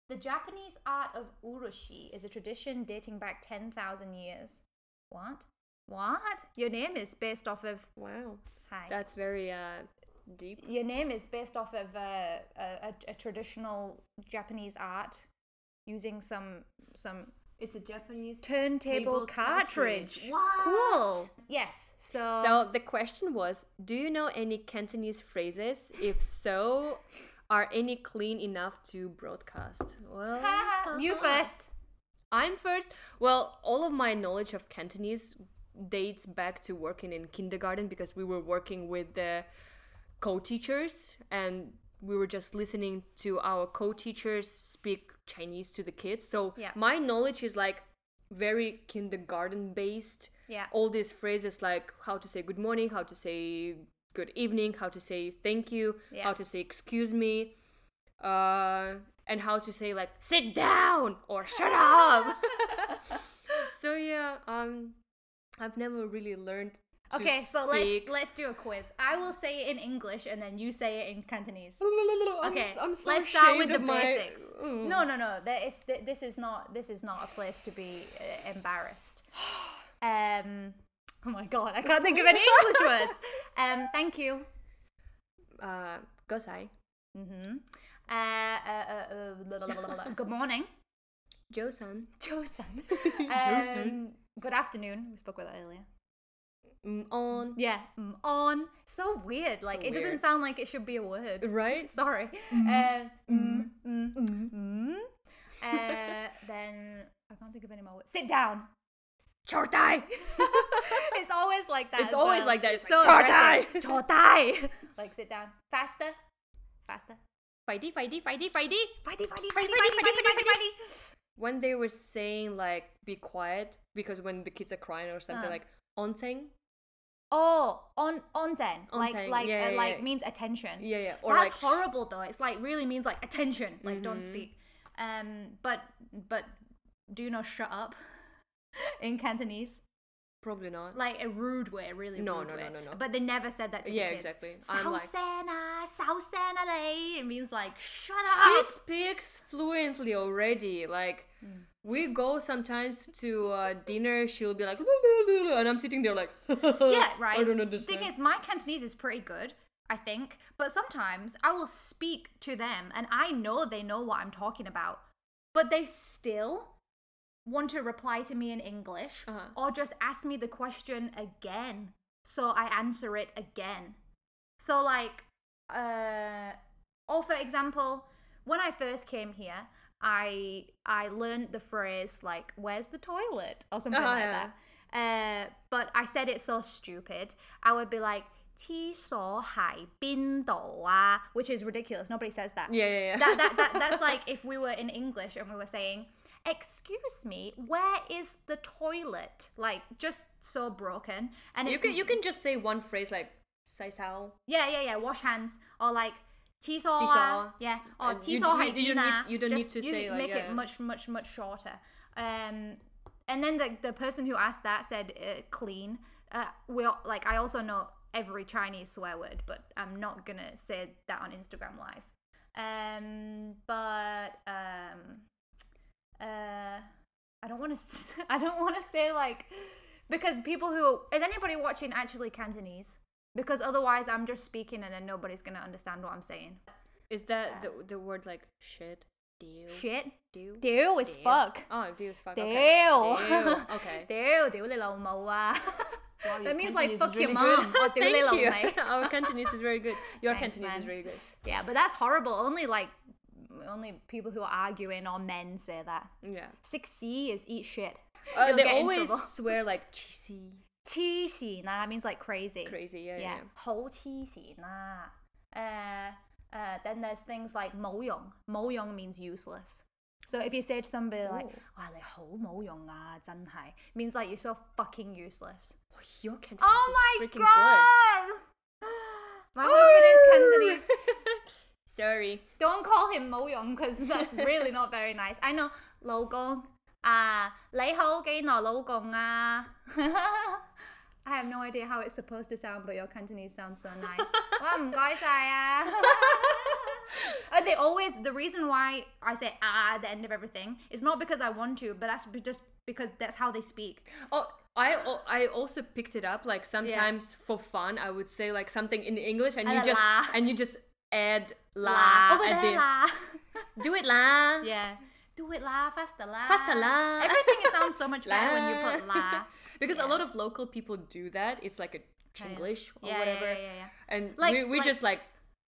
[SPEAKER 2] The Japanese art of urushi is a tradition dating back ten thousand years. What? What? Your name is based off of
[SPEAKER 1] wow,
[SPEAKER 2] hi.
[SPEAKER 1] that's very uh, deep.
[SPEAKER 2] Your name is based off of a, a, a, a traditional Japanese art using some some
[SPEAKER 1] It's a Japanese Table
[SPEAKER 2] turntable
[SPEAKER 1] cartridge.
[SPEAKER 2] cartridge.
[SPEAKER 1] What?
[SPEAKER 2] Cool. Yes. So,
[SPEAKER 1] So the question was, do you know any Cantonese phrases? If so, are any clean enough to broadcast? Well,
[SPEAKER 2] you first.
[SPEAKER 1] I'm first. Well, all of my knowledge of Cantonese dates back to working in kindergarten because we were working with the co-teachers and we were just listening to our co-teachers speak Chinese to the kids. So
[SPEAKER 2] Yeah.
[SPEAKER 1] my knowledge is like very kindergarten based.
[SPEAKER 2] Yeah.
[SPEAKER 1] All these phrases like how to say good morning, how to say good evening, how to say thank you,
[SPEAKER 2] Yeah.
[SPEAKER 1] how to say excuse me, uh, and how to say like sit down or shut up. so yeah, um, I've never really learned. To
[SPEAKER 2] Okay, so let's
[SPEAKER 1] speak.
[SPEAKER 2] let's do a quiz. I will say it in English and then you say it in Cantonese.
[SPEAKER 1] I'm
[SPEAKER 2] Okay,
[SPEAKER 1] s- I'm so
[SPEAKER 2] let's start
[SPEAKER 1] ashamed
[SPEAKER 2] with the
[SPEAKER 1] of my-
[SPEAKER 2] basics.
[SPEAKER 1] Mm.
[SPEAKER 2] No, no, no. That is, th- this is not this is not a place to be uh, embarrassed. Um, oh my god, I can't think of any English words. Um, thank you.
[SPEAKER 1] Uh, gosai,
[SPEAKER 2] Mm-hmm. Uh, uh, uh, uh, blah, blah, blah, blah, blah. Good morning,
[SPEAKER 1] Joe-san.
[SPEAKER 2] Josan.
[SPEAKER 1] Josan.
[SPEAKER 2] Um, good afternoon. We spoke about that earlier.
[SPEAKER 1] Mm, on.
[SPEAKER 2] Yeah, mm, on. So weird. Like it
[SPEAKER 1] weird.
[SPEAKER 2] doesn't sound like it should be a word.
[SPEAKER 1] Right?
[SPEAKER 2] Sorry. Uh, mm, mm, mm. Uh, then I can't think of any more. Words. Sit down.
[SPEAKER 1] Chortai!
[SPEAKER 2] It's always like that.
[SPEAKER 1] It's
[SPEAKER 2] as uh,
[SPEAKER 1] always
[SPEAKER 2] well.
[SPEAKER 1] like that. It's
[SPEAKER 2] So
[SPEAKER 1] like,
[SPEAKER 2] aggressive. Chotai. like sit down. Faster. Faster.
[SPEAKER 1] Fighty, fighty, fighty, fighty! Fighty,
[SPEAKER 2] Fighty, fighty, fighty,
[SPEAKER 1] fighty,
[SPEAKER 2] fighty,
[SPEAKER 1] fighty,
[SPEAKER 2] fighty, fighty, fighty.
[SPEAKER 1] When they were saying, like, be quiet, because when the kids are crying or something,
[SPEAKER 2] Uh.
[SPEAKER 1] like, onseng?
[SPEAKER 2] Oh, on on ten. Like
[SPEAKER 1] Onten,
[SPEAKER 2] like
[SPEAKER 1] yeah,
[SPEAKER 2] uh,
[SPEAKER 1] yeah,
[SPEAKER 2] like
[SPEAKER 1] yeah.
[SPEAKER 2] means attention.
[SPEAKER 1] Yeah, yeah. Or
[SPEAKER 2] That's
[SPEAKER 1] like, Mm-hmm.
[SPEAKER 2] horrible though. It's like really means like attention. Like don't speak. Um, but but do you know shut up in Cantonese?
[SPEAKER 1] probably not.
[SPEAKER 2] like a rude way, a really
[SPEAKER 1] No,
[SPEAKER 2] rude
[SPEAKER 1] no, no,
[SPEAKER 2] way.
[SPEAKER 1] no, no.
[SPEAKER 2] But they never said that to
[SPEAKER 1] Yeah,
[SPEAKER 2] the kids.
[SPEAKER 1] exactly. I'm like-
[SPEAKER 2] Sausana, sausana lei. It means like shut
[SPEAKER 1] she
[SPEAKER 2] up.
[SPEAKER 1] speaks fluently already. Like,
[SPEAKER 2] Mm.
[SPEAKER 1] we go sometimes to uh, dinner, she'll be like, and I'm sitting there like,
[SPEAKER 2] yeah, right.
[SPEAKER 1] I don't
[SPEAKER 2] The
[SPEAKER 1] understand.
[SPEAKER 2] thing is, my Cantonese is pretty good, I think. But sometimes I will speak to them, and I know they know what I'm talking about, but they still want to reply to me in English
[SPEAKER 1] Uh-huh.
[SPEAKER 2] or just ask me the question again, so I answer it again. So like, uh, or for example, when I first came here, I I learned the phrase like "Where's the toilet?" or something
[SPEAKER 1] Oh,
[SPEAKER 2] like
[SPEAKER 1] yeah.
[SPEAKER 2] that. Uh, but I said it so stupid. I would be like "厕所海边走啊," which is ridiculous. Nobody says that.
[SPEAKER 1] yeah, yeah, yeah.
[SPEAKER 2] That, that, that that's like if we were in English and we were saying. Excuse me, where is the toilet? Like just so broken, and
[SPEAKER 1] you
[SPEAKER 2] it's
[SPEAKER 1] can you can just say one phrase like sai sao.
[SPEAKER 2] yeah, yeah, yeah. Wash hands or like tea
[SPEAKER 1] Seesaw.
[SPEAKER 2] Yeah,
[SPEAKER 1] And
[SPEAKER 2] or
[SPEAKER 1] Um, you-
[SPEAKER 2] tea saw
[SPEAKER 1] you- you don't need- you don't need to
[SPEAKER 2] you
[SPEAKER 1] say, like,
[SPEAKER 2] make
[SPEAKER 1] yeah.
[SPEAKER 2] it much much much shorter. Um, and then the the person who asked that said uh, clean. Uh, we all, like I also know every Chinese swear word, but I'm not gonna say that on Instagram live. Um, but um, uh, I don't want to. I don't want to say like because people who is anybody watching actually Cantonese? Because otherwise, I'm just speaking and then nobody's gonna understand what I'm saying.
[SPEAKER 1] Is that the, the word like shit? Deal.
[SPEAKER 2] Ah. Shit,
[SPEAKER 1] Deal.
[SPEAKER 2] deal is
[SPEAKER 1] deal?
[SPEAKER 2] fuck.
[SPEAKER 1] Oh, deal is fuck.
[SPEAKER 2] Deal.
[SPEAKER 1] Okay. Deal. Okay.
[SPEAKER 2] Deal, deal ni lao mou ah.
[SPEAKER 1] Wow, your
[SPEAKER 2] That means like
[SPEAKER 1] Cantonese
[SPEAKER 2] fuck
[SPEAKER 1] is really
[SPEAKER 2] your mom Oh, or
[SPEAKER 1] good.
[SPEAKER 2] deal ni lao
[SPEAKER 1] Thank you.
[SPEAKER 2] mei.
[SPEAKER 1] Our Cantonese is very good. Your
[SPEAKER 2] Thanks,
[SPEAKER 1] Cantonese is
[SPEAKER 2] man.
[SPEAKER 1] really good.
[SPEAKER 2] Yeah, but that's horrible. Only like only people who are arguing or men say that.
[SPEAKER 1] Yeah.
[SPEAKER 2] Six C is eat shit.
[SPEAKER 1] Uh,
[SPEAKER 2] You'll
[SPEAKER 1] they
[SPEAKER 2] get in
[SPEAKER 1] always
[SPEAKER 2] trouble.
[SPEAKER 1] swear like cheesy,
[SPEAKER 2] T C nah means like crazy.
[SPEAKER 1] crazy. Yeah, yeah.
[SPEAKER 2] yeah, 好黐線啊。Uh, uh, then there's things like 冇用.冇用 means useless. So if you say to somebody like,
[SPEAKER 1] Oh.
[SPEAKER 2] 哇你好冇用啊，真係 means like you're so fucking useless.
[SPEAKER 1] Oh, your Cantonese
[SPEAKER 2] Oh my
[SPEAKER 1] is freaking good.
[SPEAKER 2] god! My husband is Cantonese.
[SPEAKER 1] Sorry.
[SPEAKER 2] Don't call him 冇用 because that's really not very nice. I know Ah, 老公啊、你好幾耐老公啊 I have no idea how it's supposed to sound, but your Cantonese sounds so nice. 哇唔該晒啊 Uh, They always the reason why I say ah at the end of everything is not because I want to, but that's be- just because that's how they speak.
[SPEAKER 1] Oh, I al- I also picked it up. Like sometimes for fun, I would say like something in English, and you
[SPEAKER 2] Add a
[SPEAKER 1] just
[SPEAKER 2] la.
[SPEAKER 1] and you just add la,
[SPEAKER 2] Over
[SPEAKER 1] at
[SPEAKER 2] there
[SPEAKER 1] the-
[SPEAKER 2] la.
[SPEAKER 1] Do it la.
[SPEAKER 2] yeah. Do it la, faster la.
[SPEAKER 1] Faster la.
[SPEAKER 2] Everything sounds so much better when you put la.
[SPEAKER 1] because a lot of local people do that. It's like a Chinglish or
[SPEAKER 2] Yeah, yeah,
[SPEAKER 1] whatever.
[SPEAKER 2] yeah, yeah, yeah.
[SPEAKER 1] And
[SPEAKER 2] Like-
[SPEAKER 1] we, we
[SPEAKER 2] like-
[SPEAKER 1] just like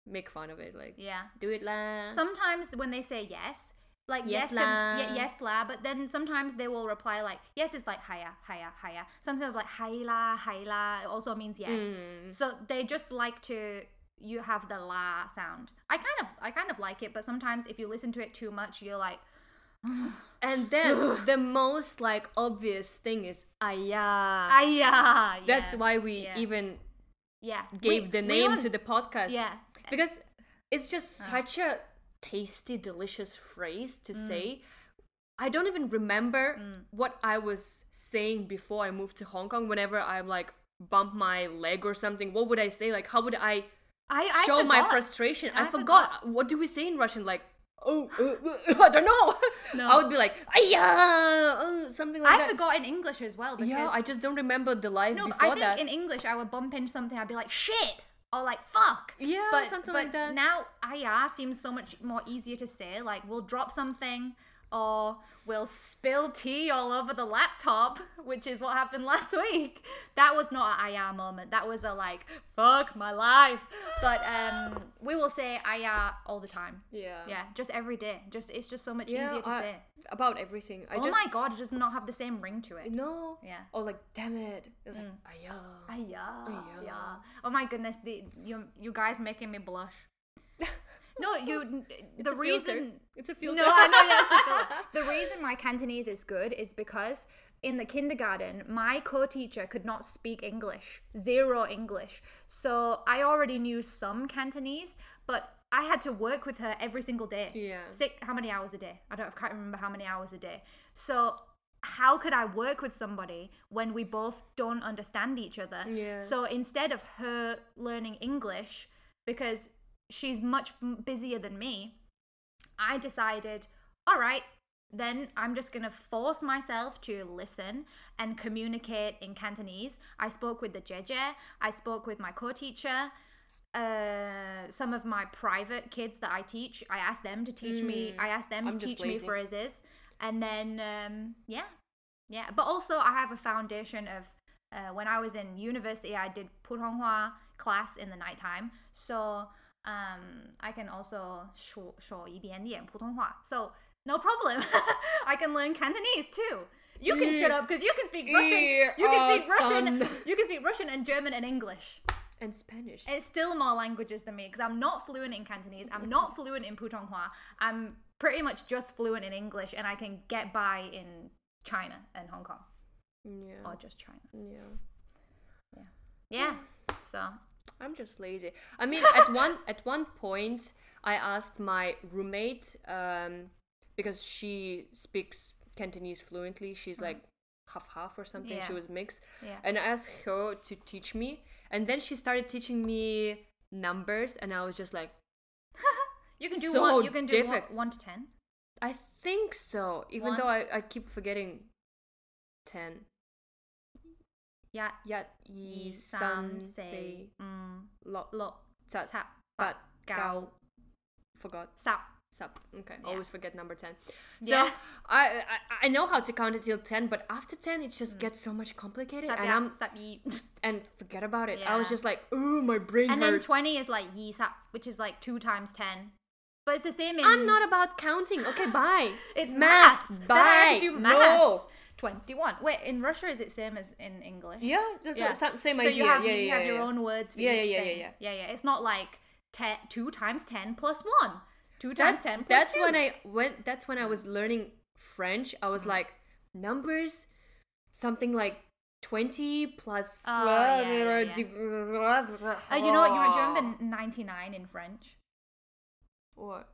[SPEAKER 1] make fun of it. Like,
[SPEAKER 2] Yeah.
[SPEAKER 1] do it la.
[SPEAKER 2] Sometimes when they say yes, Like
[SPEAKER 1] Yes
[SPEAKER 2] yes, can-
[SPEAKER 1] lah.
[SPEAKER 2] yeah, yes la, but then sometimes they will reply like yes is like hiya, hiya, hiya. Sometimes like hi la, hi la. It also means yes.
[SPEAKER 1] Mm.
[SPEAKER 2] So they just like to you have the la sound. I kind of I kind of like it, but sometimes if you listen to it too much, you're like
[SPEAKER 1] And then the most like obvious thing is ayah.
[SPEAKER 2] hiya.
[SPEAKER 1] That's
[SPEAKER 2] Ah, yeah.
[SPEAKER 1] why we
[SPEAKER 2] yeah.
[SPEAKER 1] even
[SPEAKER 2] yeah
[SPEAKER 1] gave
[SPEAKER 2] We-
[SPEAKER 1] the
[SPEAKER 2] we
[SPEAKER 1] name
[SPEAKER 2] don't-
[SPEAKER 1] to the podcast.
[SPEAKER 2] yeah Uh.
[SPEAKER 1] Because it's just such a tasty, delicious phrase to
[SPEAKER 2] Mm.
[SPEAKER 1] say. I don't even remember what I was saying before I moved to Hong Kong. Whenever I'm like bump my leg or something, what would I say? Like, how would I
[SPEAKER 2] I, I
[SPEAKER 1] show my
[SPEAKER 2] forgot.
[SPEAKER 1] frustration? I,
[SPEAKER 2] I
[SPEAKER 1] forgot. What do we say in Russian? Like, oh, uh, uh, I don't know.
[SPEAKER 2] No.
[SPEAKER 1] I would be like, yeah, something like
[SPEAKER 2] I
[SPEAKER 1] that.
[SPEAKER 2] forgot in English as well because
[SPEAKER 1] yeah, I just don't remember the life
[SPEAKER 2] no, but I
[SPEAKER 1] before
[SPEAKER 2] think
[SPEAKER 1] that.
[SPEAKER 2] in English I would bump into something. I'd be like shit or like fuck.
[SPEAKER 1] Yeah,
[SPEAKER 2] but,
[SPEAKER 1] something
[SPEAKER 2] but
[SPEAKER 1] like that.
[SPEAKER 2] Now IR seems so much more easier to say. Like we'll drop something or we'll spill tea all over the laptop, which is what happened last week. That was not an IR moment. That was a like fuck my life. But um, we will say IR all the time.
[SPEAKER 1] yeah,
[SPEAKER 2] Yeah, just every day. Just it's just so much
[SPEAKER 1] Yeah,
[SPEAKER 2] easier to
[SPEAKER 1] I-
[SPEAKER 2] say.
[SPEAKER 1] about everything. I
[SPEAKER 2] oh
[SPEAKER 1] just
[SPEAKER 2] my god, it does not have the same ring to it.
[SPEAKER 1] no.
[SPEAKER 2] Yeah. Mm.
[SPEAKER 1] Or like, damn it. It's like, ayah.
[SPEAKER 2] Yeah,
[SPEAKER 1] Aiyah.
[SPEAKER 2] yeah. Oh my goodness, the you you guys making me blush. No, you. the
[SPEAKER 1] a filter.
[SPEAKER 2] reason
[SPEAKER 1] It's a filter.
[SPEAKER 2] no, I know that's the filler. The reason my Cantonese is good is because in the kindergarten, my co-teacher could not speak English, zero English. So I already knew some Cantonese, but I had to work with her every single day.
[SPEAKER 1] Yeah.
[SPEAKER 2] Six, how many hours a day? I don't. I can't remember how many hours a day. So how could I work with somebody when we both don't understand each other?
[SPEAKER 1] Yeah.
[SPEAKER 2] So instead of her learning English, because she's much m- busier than me, I decided, all right, then I'm just going to force myself to listen and communicate in Cantonese. I spoke with the jeje, I spoke with my co teacher. Uh, some of my private kids that I teach, I asked them to teach me. I asked them
[SPEAKER 1] Mm. I'm
[SPEAKER 2] to
[SPEAKER 1] just
[SPEAKER 2] teach me
[SPEAKER 1] lazy.
[SPEAKER 2] phrases, and then um, yeah, yeah. But also, I have a foundation of uh, when I was in university, I did Putonghua class in the nighttime, so um, I can also 说说一点点普通话. So no problem, I can learn Cantonese too. You can shut up because you can speak Russian. You can speak
[SPEAKER 1] Awesome.
[SPEAKER 2] Russian. You can speak Russian and German and English.
[SPEAKER 1] and Spanish.
[SPEAKER 2] It's still more languages than me because I'm not fluent in Cantonese. I'm not fluent in Putonghua. I'm pretty much just fluent in English, and I can get by in China and Hong Kong,
[SPEAKER 1] yeah.
[SPEAKER 2] or just China.
[SPEAKER 1] Yeah.
[SPEAKER 2] Yeah. So
[SPEAKER 1] I'm just lazy. I mean, at one at one point, I asked my roommate um, because she speaks Cantonese fluently. She's like half half or something. She
[SPEAKER 2] Yeah.
[SPEAKER 1] was mixed,
[SPEAKER 2] Yeah.
[SPEAKER 1] and I asked her to teach me. And then she started teaching me numbers, and I was just like,
[SPEAKER 2] you can do
[SPEAKER 1] So
[SPEAKER 2] one. You can do one,
[SPEAKER 1] different.
[SPEAKER 2] one to ten.
[SPEAKER 1] I think so. Even
[SPEAKER 2] One.
[SPEAKER 1] though I, I keep forgetting ten.
[SPEAKER 2] Yeah.
[SPEAKER 1] Yat yi san say
[SPEAKER 2] mm,
[SPEAKER 1] lo
[SPEAKER 2] lo
[SPEAKER 1] ta
[SPEAKER 2] tap
[SPEAKER 1] but
[SPEAKER 2] gao
[SPEAKER 1] gao. Forgot.
[SPEAKER 2] sao.
[SPEAKER 1] Sup. Okay.
[SPEAKER 2] Yeah.
[SPEAKER 1] Always forget number ten. So
[SPEAKER 2] Yeah.
[SPEAKER 1] I, I I know how to count it till ten, but after ten it
[SPEAKER 2] Mm.
[SPEAKER 1] just gets so much complicated,
[SPEAKER 2] Sap
[SPEAKER 1] and
[SPEAKER 2] ya,
[SPEAKER 1] I'm
[SPEAKER 2] sap yi.
[SPEAKER 1] and forget about it. I was
[SPEAKER 2] Yeah.
[SPEAKER 1] just like, ooh, my brain
[SPEAKER 2] and then
[SPEAKER 1] hurts.
[SPEAKER 2] twenty is like yi sap, which is like two times ten. But it's the same in.
[SPEAKER 1] I'm not about counting. Okay, bye.
[SPEAKER 2] It's
[SPEAKER 1] Maths,
[SPEAKER 2] maths. Then I have to
[SPEAKER 1] bye.
[SPEAKER 2] do
[SPEAKER 1] No.
[SPEAKER 2] maths. Twenty-one. Wait, in Russia is it same as in English?
[SPEAKER 1] yeah, that's
[SPEAKER 2] Yeah.
[SPEAKER 1] Same, same
[SPEAKER 2] so
[SPEAKER 1] idea.
[SPEAKER 2] you have
[SPEAKER 1] yeah,
[SPEAKER 2] you
[SPEAKER 1] yeah,
[SPEAKER 2] have
[SPEAKER 1] yeah,
[SPEAKER 2] your
[SPEAKER 1] yeah.
[SPEAKER 2] own words for
[SPEAKER 1] Yeah,
[SPEAKER 2] each
[SPEAKER 1] yeah, yeah,
[SPEAKER 2] thing.
[SPEAKER 1] yeah,
[SPEAKER 2] yeah, yeah. It's not like te- two times ten plus one. Two
[SPEAKER 1] That's
[SPEAKER 2] times ten plus
[SPEAKER 1] that's
[SPEAKER 2] two. Mm.
[SPEAKER 1] when I went. That's when I was learning French. I was like numbers, something like twenty plus.
[SPEAKER 2] Oh, yeah, yeah, yeah. Uh, you know what? You remember ninety-nine in French?
[SPEAKER 1] What?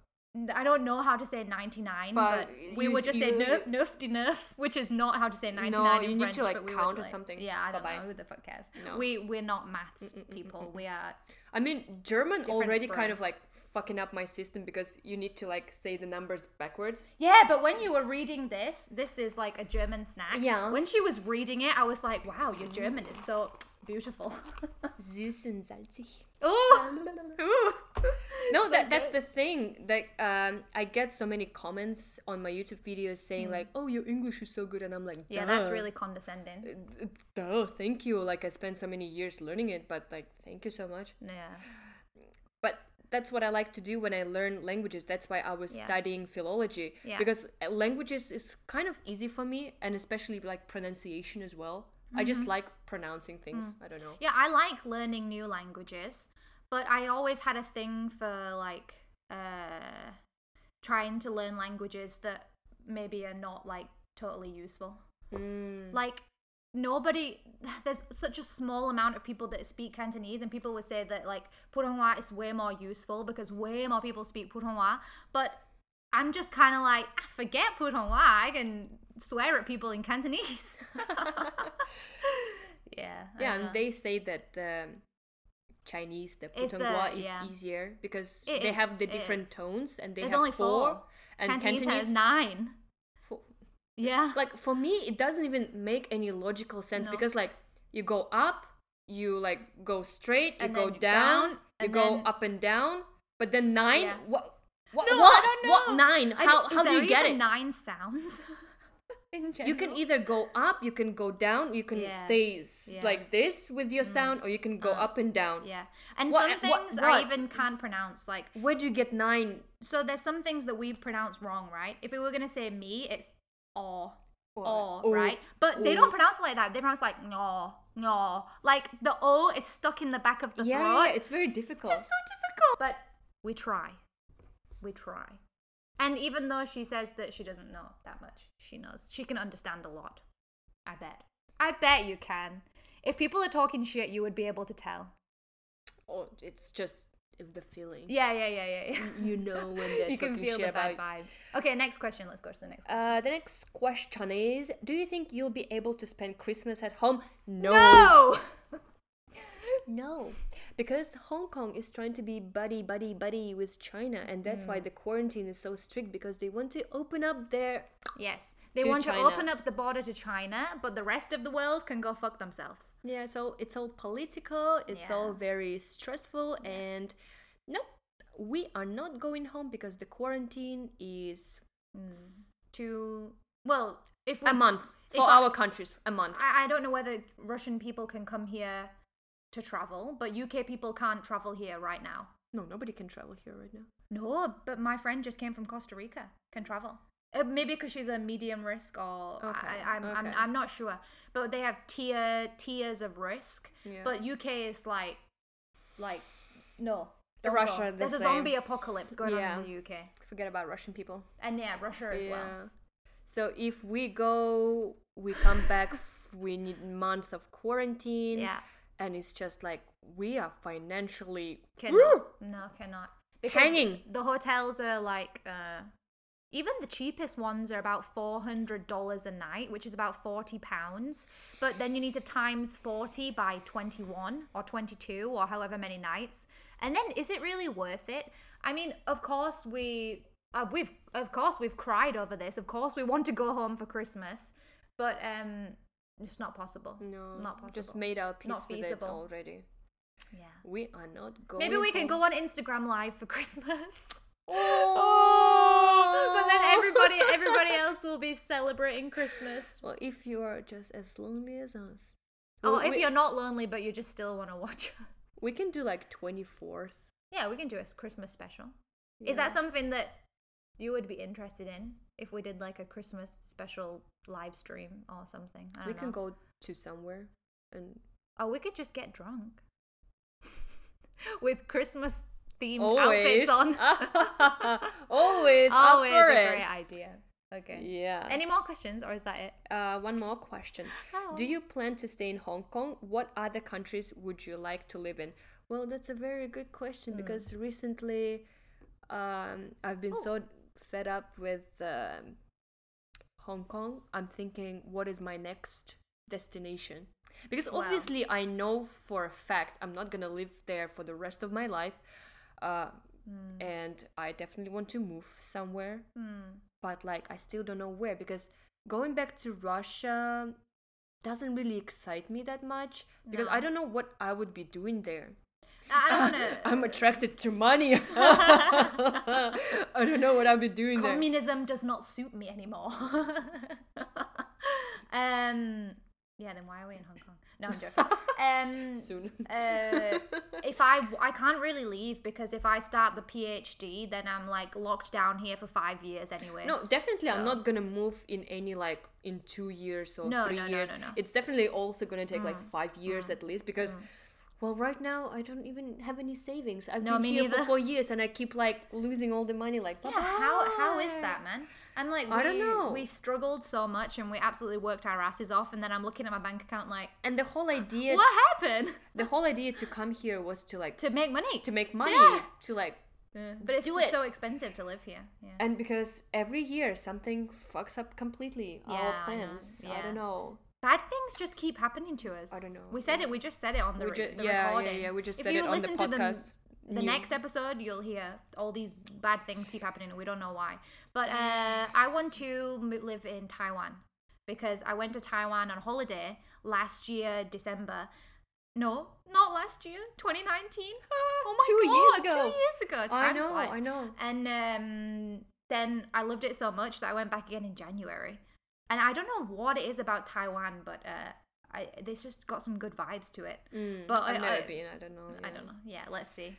[SPEAKER 2] I don't know how to say ninety-nine,
[SPEAKER 1] But
[SPEAKER 2] but, we
[SPEAKER 1] you-
[SPEAKER 2] would just say
[SPEAKER 1] you-
[SPEAKER 2] neuf, neuf, de neuf, which is not how to say ninety-nine
[SPEAKER 1] you
[SPEAKER 2] in
[SPEAKER 1] need
[SPEAKER 2] French.
[SPEAKER 1] to, like,
[SPEAKER 2] but we
[SPEAKER 1] count
[SPEAKER 2] would,
[SPEAKER 1] or
[SPEAKER 2] like-
[SPEAKER 1] something.
[SPEAKER 2] Yeah, I don't
[SPEAKER 1] Bye-bye.
[SPEAKER 2] know who the fuck cares.
[SPEAKER 1] No. Mm,
[SPEAKER 2] We we're not maths people. We are
[SPEAKER 1] I mean, German already
[SPEAKER 2] brain.
[SPEAKER 1] kind of like fucking up my system because you need to like say the numbers backwards.
[SPEAKER 2] Yeah, but when you were reading this, this is like a German snack.
[SPEAKER 1] Yeah.
[SPEAKER 2] When she was reading it, I was like, wow, your German is so beautiful.
[SPEAKER 1] Süß und salzig.
[SPEAKER 2] oh!
[SPEAKER 1] No, that that's the thing. Like, um, I get so many comments on my YouTube videos saying like, "Oh, your English is so good," and I'm like,
[SPEAKER 2] Mm. Yeah, that's
[SPEAKER 1] "Duh."
[SPEAKER 2] really condescending.
[SPEAKER 1] Uh, Duh, thank you. Like I spent so many years learning it, but like thank you so much.
[SPEAKER 2] Yeah.
[SPEAKER 1] But that's what I like to do when I learn languages. That's why I was
[SPEAKER 2] Yeah.
[SPEAKER 1] studying philology
[SPEAKER 2] Yeah.
[SPEAKER 1] because uh, languages is kind of easy for me, and especially like pronunciation as well. I
[SPEAKER 2] Mm-hmm.
[SPEAKER 1] just like pronouncing things. I don't know.
[SPEAKER 2] Yeah, I like learning new languages, but I always had a thing for like uh trying to learn languages that maybe are not like totally useful.
[SPEAKER 1] Hmm.
[SPEAKER 2] Like nobody there's such a small amount of people that speak Cantonese and people would say that like Putonghua is way more useful because way more people speak Putonghua, but I'm just kind of like, I forget Putonghua. I can swear at people in Cantonese. yeah.
[SPEAKER 1] yeah,
[SPEAKER 2] I don't know.
[SPEAKER 1] and they say that um, Chinese, the
[SPEAKER 2] It's the-
[SPEAKER 1] Putonghua, is
[SPEAKER 2] yeah.
[SPEAKER 1] easier because
[SPEAKER 2] It
[SPEAKER 1] they
[SPEAKER 2] is,
[SPEAKER 1] have the
[SPEAKER 2] it
[SPEAKER 1] different
[SPEAKER 2] is.
[SPEAKER 1] tones, and they
[SPEAKER 2] There's
[SPEAKER 1] have
[SPEAKER 2] only
[SPEAKER 1] four,
[SPEAKER 2] four.
[SPEAKER 1] and
[SPEAKER 2] Cantonese,
[SPEAKER 1] Cantonese.
[SPEAKER 2] has nine.
[SPEAKER 1] four-
[SPEAKER 2] Yeah.
[SPEAKER 1] like for me it doesn't even make any logical sense
[SPEAKER 2] No.
[SPEAKER 1] because like you go up you like go straight you
[SPEAKER 2] And
[SPEAKER 1] go
[SPEAKER 2] then
[SPEAKER 1] down,
[SPEAKER 2] down,
[SPEAKER 1] you
[SPEAKER 2] and
[SPEAKER 1] go
[SPEAKER 2] then-
[SPEAKER 1] up and down but then nine
[SPEAKER 2] Yeah.
[SPEAKER 1] what what,
[SPEAKER 2] No, I
[SPEAKER 1] what,
[SPEAKER 2] don't
[SPEAKER 1] what
[SPEAKER 2] know.
[SPEAKER 1] nine?
[SPEAKER 2] I
[SPEAKER 1] How,
[SPEAKER 2] don't-
[SPEAKER 1] how
[SPEAKER 2] is
[SPEAKER 1] do
[SPEAKER 2] there
[SPEAKER 1] you get
[SPEAKER 2] even
[SPEAKER 1] it?
[SPEAKER 2] Nine sounds. in general.
[SPEAKER 1] You can either go up, you can go down, you can
[SPEAKER 2] Yeah.
[SPEAKER 1] stay s-
[SPEAKER 2] Yeah. Mm. Uh.
[SPEAKER 1] like this with your sound, or you can go up and down.
[SPEAKER 2] Yeah, and
[SPEAKER 1] What-
[SPEAKER 2] some
[SPEAKER 1] uh, what-
[SPEAKER 2] things
[SPEAKER 1] what?
[SPEAKER 2] I even can't pronounce. Like,
[SPEAKER 1] Where do you get nine?
[SPEAKER 2] so there's some things that we pronounce wrong, right? If we were gonna say me, it's or or,
[SPEAKER 1] Oh,
[SPEAKER 2] right? But they
[SPEAKER 1] oh.
[SPEAKER 2] don't pronounce it like that. They pronounce like no, no. Like the o is stuck in the back of the
[SPEAKER 1] yeah,
[SPEAKER 2] throat.
[SPEAKER 1] yeah, it's very difficult.
[SPEAKER 2] It's so difficult. But we try. We try. And even though she says that she doesn't know that much, she knows. She can understand a lot. I bet. I bet you can. If people are talking shit, you would be able to tell.
[SPEAKER 1] Oh, it's just the feeling.
[SPEAKER 2] Yeah, yeah, yeah, yeah. yeah.
[SPEAKER 1] You know when they're
[SPEAKER 2] you can
[SPEAKER 1] talking
[SPEAKER 2] feel
[SPEAKER 1] shit
[SPEAKER 2] the bad
[SPEAKER 1] about
[SPEAKER 2] vibes. Okay, next question. Let's go to the next. Question.
[SPEAKER 1] Uh, the next question is Do you think you'll be able to spend Christmas at home? No.
[SPEAKER 2] No.
[SPEAKER 1] No. Because Hong Kong is trying to be buddy, buddy, buddy with China, and that's
[SPEAKER 2] Mm.
[SPEAKER 1] why the quarantine is so strict because they want to open up their.
[SPEAKER 2] Yes, they
[SPEAKER 1] To
[SPEAKER 2] want
[SPEAKER 1] China.
[SPEAKER 2] to open up the border to China, but the rest of the world can go fuck themselves.
[SPEAKER 1] Yeah, so it's all political, it's
[SPEAKER 2] Yeah.
[SPEAKER 1] all very stressful, and no, we are not going home because the quarantine is
[SPEAKER 2] To well, if we,
[SPEAKER 1] a month
[SPEAKER 2] if
[SPEAKER 1] for
[SPEAKER 2] I-
[SPEAKER 1] our countries, a month.
[SPEAKER 2] I, I don't know whether Russian people can come here to travel, but UK people can't travel here right now.
[SPEAKER 1] no, nobody can travel here right now.
[SPEAKER 2] No, but my friend just came from Costa Rica, can travel. Uh, maybe because she's a medium risk, or
[SPEAKER 1] Okay,
[SPEAKER 2] I, I'm, I'm
[SPEAKER 1] okay.
[SPEAKER 2] I'm not sure. But they have tier tiers of risk.
[SPEAKER 1] Yeah.
[SPEAKER 2] But UK is like, like no. don't
[SPEAKER 1] Russia
[SPEAKER 2] go.
[SPEAKER 1] the
[SPEAKER 2] There's a
[SPEAKER 1] same.
[SPEAKER 2] zombie apocalypse going
[SPEAKER 1] Yeah.
[SPEAKER 2] on in the UK,
[SPEAKER 1] Forget about Russian people.
[SPEAKER 2] and yeah, Russia as well.
[SPEAKER 1] So if we go, we come back. f- we need month of quarantine.
[SPEAKER 2] Yeah,
[SPEAKER 1] And it's just like we are financially
[SPEAKER 2] cannot.
[SPEAKER 1] Woo!
[SPEAKER 2] No, cannot. Because
[SPEAKER 1] Hanging.
[SPEAKER 2] The hotels are like, uh, even the cheapest ones are about four hundred dollars a night, which is about forty pounds. But then you need to times forty by twenty-one or twenty-two or however many nights, and then is it really worth it? I mean, of course we, uh, we've of course we've cried over this. Of course we want to go home for Christmas, but um, it's not possible.
[SPEAKER 1] no,
[SPEAKER 2] not possible.
[SPEAKER 1] Just made our peace
[SPEAKER 2] Not
[SPEAKER 1] with it
[SPEAKER 2] feasible.
[SPEAKER 1] already.
[SPEAKER 2] yeah.
[SPEAKER 1] We are not going.
[SPEAKER 2] Maybe we can
[SPEAKER 1] home.
[SPEAKER 2] go on Instagram Live for Christmas.
[SPEAKER 1] Oh,
[SPEAKER 2] But then everybody everybody else will be celebrating Christmas.
[SPEAKER 1] Well, if you are just as lonely as us.
[SPEAKER 2] Or
[SPEAKER 1] we,
[SPEAKER 2] Oh, if
[SPEAKER 1] we-
[SPEAKER 2] you're not lonely but you just still want to watch us.
[SPEAKER 1] we can do like twenty fourth.
[SPEAKER 2] Yeah, we can do a s- Christmas special. Is that something that you would be interested in if we did like a Christmas special live stream or something? I
[SPEAKER 1] We
[SPEAKER 2] don't
[SPEAKER 1] can
[SPEAKER 2] know.
[SPEAKER 1] go to somewhere and
[SPEAKER 2] Oh, we could just get drunk. With Christmas themed
[SPEAKER 1] always,
[SPEAKER 2] outfits on.
[SPEAKER 1] always, up
[SPEAKER 2] Always
[SPEAKER 1] for
[SPEAKER 2] a
[SPEAKER 1] it.
[SPEAKER 2] great idea. Okay.
[SPEAKER 1] Yeah.
[SPEAKER 2] Any more questions or is that it?
[SPEAKER 1] Uh, one more question.
[SPEAKER 2] Oh.
[SPEAKER 1] Do you plan to stay in Hong Kong? What other countries would you like to live in? Well, that's a very good question because recently um, I've been so fed up with um, Hong Kong. I'm thinking, what is my next destination? Because
[SPEAKER 2] Wow.
[SPEAKER 1] obviously, I know for a fact I'm not gonna live there for the rest of my life, uh, and I definitely want to move somewhere but like I still don't know where because going back to Russia doesn't really excite me that much because I don't know what I would be doing there.
[SPEAKER 2] I I don't want to.
[SPEAKER 1] I'm attracted to money. I don't know what I'd be doing there.
[SPEAKER 2] communism does not suit me anymore. um, Yeah, then why are we in Hong Kong? No, I'm joking. Um,
[SPEAKER 1] soon.
[SPEAKER 2] uh, if I I can't really leave because if I start the PhD, then I'm like locked down here for five years anyway.
[SPEAKER 1] No, definitely, I'm
[SPEAKER 2] So-
[SPEAKER 1] not gonna move in any like in two years or
[SPEAKER 2] No,
[SPEAKER 1] three
[SPEAKER 2] no, no,
[SPEAKER 1] years.
[SPEAKER 2] no, Mm, no.
[SPEAKER 1] It's definitely also gonna take like five years at least because, well, right now I don't even have any savings. I've
[SPEAKER 2] No,
[SPEAKER 1] been
[SPEAKER 2] me
[SPEAKER 1] here for
[SPEAKER 2] neither.
[SPEAKER 1] four years and I keep like losing all the money. Like,
[SPEAKER 2] Yeah, how how is
[SPEAKER 1] bye-bye.
[SPEAKER 2] that, man? I'm like, we,
[SPEAKER 1] I don't know.
[SPEAKER 2] We struggled so much and we absolutely worked our asses off, and then I'm looking at my bank account like,
[SPEAKER 1] And the whole idea,
[SPEAKER 2] what happened
[SPEAKER 1] the whole idea to come here was to like
[SPEAKER 2] to make money?
[SPEAKER 1] to make money
[SPEAKER 2] Yeah.
[SPEAKER 1] to like
[SPEAKER 2] but it's
[SPEAKER 1] do
[SPEAKER 2] just
[SPEAKER 1] it.
[SPEAKER 2] so expensive to live here. Yeah.
[SPEAKER 1] and because every year something fucks up completely
[SPEAKER 2] Yeah,
[SPEAKER 1] our
[SPEAKER 2] I know.
[SPEAKER 1] plans. I
[SPEAKER 2] Yeah.
[SPEAKER 1] don't know.
[SPEAKER 2] Bad things just keep happening to us.
[SPEAKER 1] I don't know.
[SPEAKER 2] We said it. We just said it on the,
[SPEAKER 1] We
[SPEAKER 2] re-
[SPEAKER 1] ju-
[SPEAKER 2] the
[SPEAKER 1] yeah, yeah,
[SPEAKER 2] recording.
[SPEAKER 1] yeah, we just
[SPEAKER 2] if
[SPEAKER 1] said
[SPEAKER 2] you
[SPEAKER 1] it on the
[SPEAKER 2] listen to
[SPEAKER 1] podcast,
[SPEAKER 2] The, the
[SPEAKER 1] new.
[SPEAKER 2] next e-, episode, you'll hear all these bad things keep happening, and we don't know why. But uh, I want to m- live in Taiwan because I went to Taiwan on holiday last year, December. No, not last year, 2019. oh my
[SPEAKER 1] Two years
[SPEAKER 2] god,
[SPEAKER 1] ago.
[SPEAKER 2] two years ago.
[SPEAKER 1] I
[SPEAKER 2] Time
[SPEAKER 1] know,
[SPEAKER 2] flies.
[SPEAKER 1] I know.
[SPEAKER 2] And um, then I loved it so much that I went back again in January. And I don't know what it is about Taiwan, but uh, I this just got some good vibes to it. but
[SPEAKER 1] Mm, I've
[SPEAKER 2] I,
[SPEAKER 1] never
[SPEAKER 2] I-
[SPEAKER 1] been. I don't know.
[SPEAKER 2] uh, I
[SPEAKER 1] yeah.
[SPEAKER 2] don't know. Yeah, let's see.